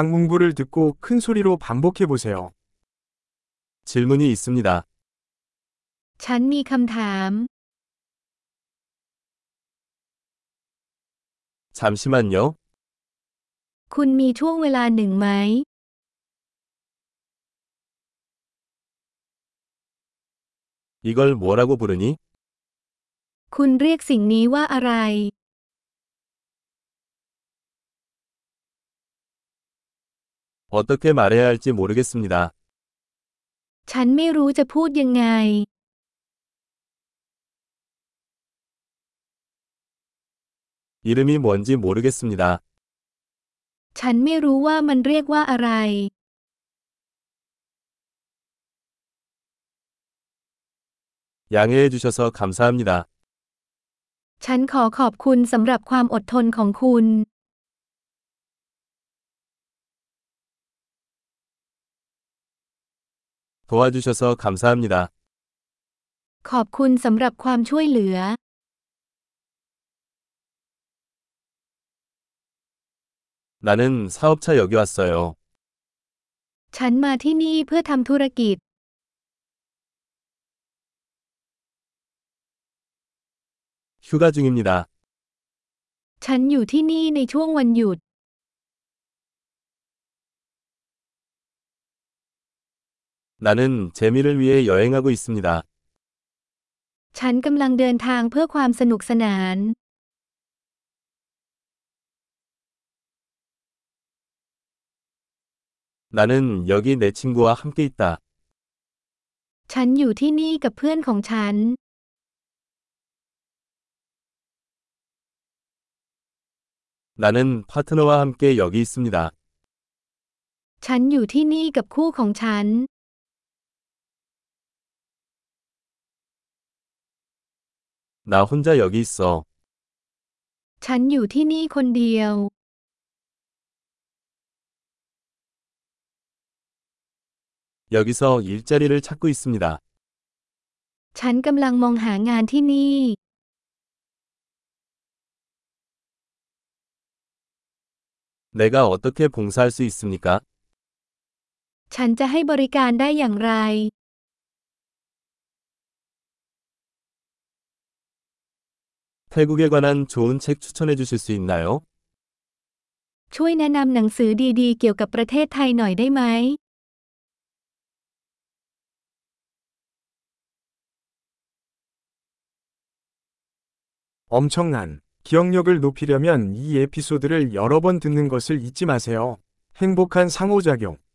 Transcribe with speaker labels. Speaker 1: 강문부를 듣고 큰 소리로 반복해 보세요.
Speaker 2: 질문이 있습니다.
Speaker 3: ฉันมีคำถาม
Speaker 2: 잠시만요.
Speaker 3: คุณมีช่วงเวลาหนึ่งไหม
Speaker 2: 이걸 뭐라고 부르니?
Speaker 3: คุณเรียกสิ่งนี้ว่าอะไร
Speaker 2: 어떻게 말해야 할지 모르겠습니다.
Speaker 3: ฉันไม่รู้จะพูดยังไง
Speaker 2: 이름이 뭔지 모르겠습니다.
Speaker 3: ฉันไม่รู้ว่ามันเรียกว่าอะไร
Speaker 2: 양해해 주셔서 감사합니다.
Speaker 3: ฉันขอขอบคุณสำหรับความอดทนของคุณ
Speaker 2: 도와주셔서 감사합니다.
Speaker 3: ขอบคุณสำหรับความช่วยเหลือ
Speaker 2: 나는 사업차 여기 왔어요.
Speaker 3: ฉันมาที่นี่เพื่อทำธุรกิจ
Speaker 2: 휴가 중입니다.
Speaker 3: ฉันอยู่ที่นี่ในช่วงวันหยุด
Speaker 2: 나는 재미를 위해 여행하고 있습니다.
Speaker 3: ฉันกำลังเดินทางเพื่อความสนุกสนาน
Speaker 2: 나는 여기 내 친구와 함께 있다.
Speaker 3: ฉันอยู่ที่นี่กับเพื่อนของฉัน
Speaker 2: 나는 파트너와 함께 여기 있습니다.
Speaker 3: ฉันอยู่ที่นี่กับคู่ของฉัน
Speaker 2: 나 혼자 여기 있어.
Speaker 3: ฉันอยู่ที่นี่คนเดียว
Speaker 2: 여기서 일자리를 찾고 있습니다.
Speaker 3: ฉันกำลังมองหางานที่นี่
Speaker 2: 내가 어떻게 봉사할 수 있습니까?
Speaker 3: ฉันจะให้บริการได้อย่างไร
Speaker 2: 태국에 관한 좋은 책 추천해 주실 수 있나요?
Speaker 3: ช่วยแนะนำหนังสือดีๆ เกี่ยวกับประเทศไทยหน่อยได้ไหม
Speaker 1: 엄청난 기억력을 높이려면 이 에피소드를 여러 번 듣는 것을 잊지 마세요. 행복한 상호작용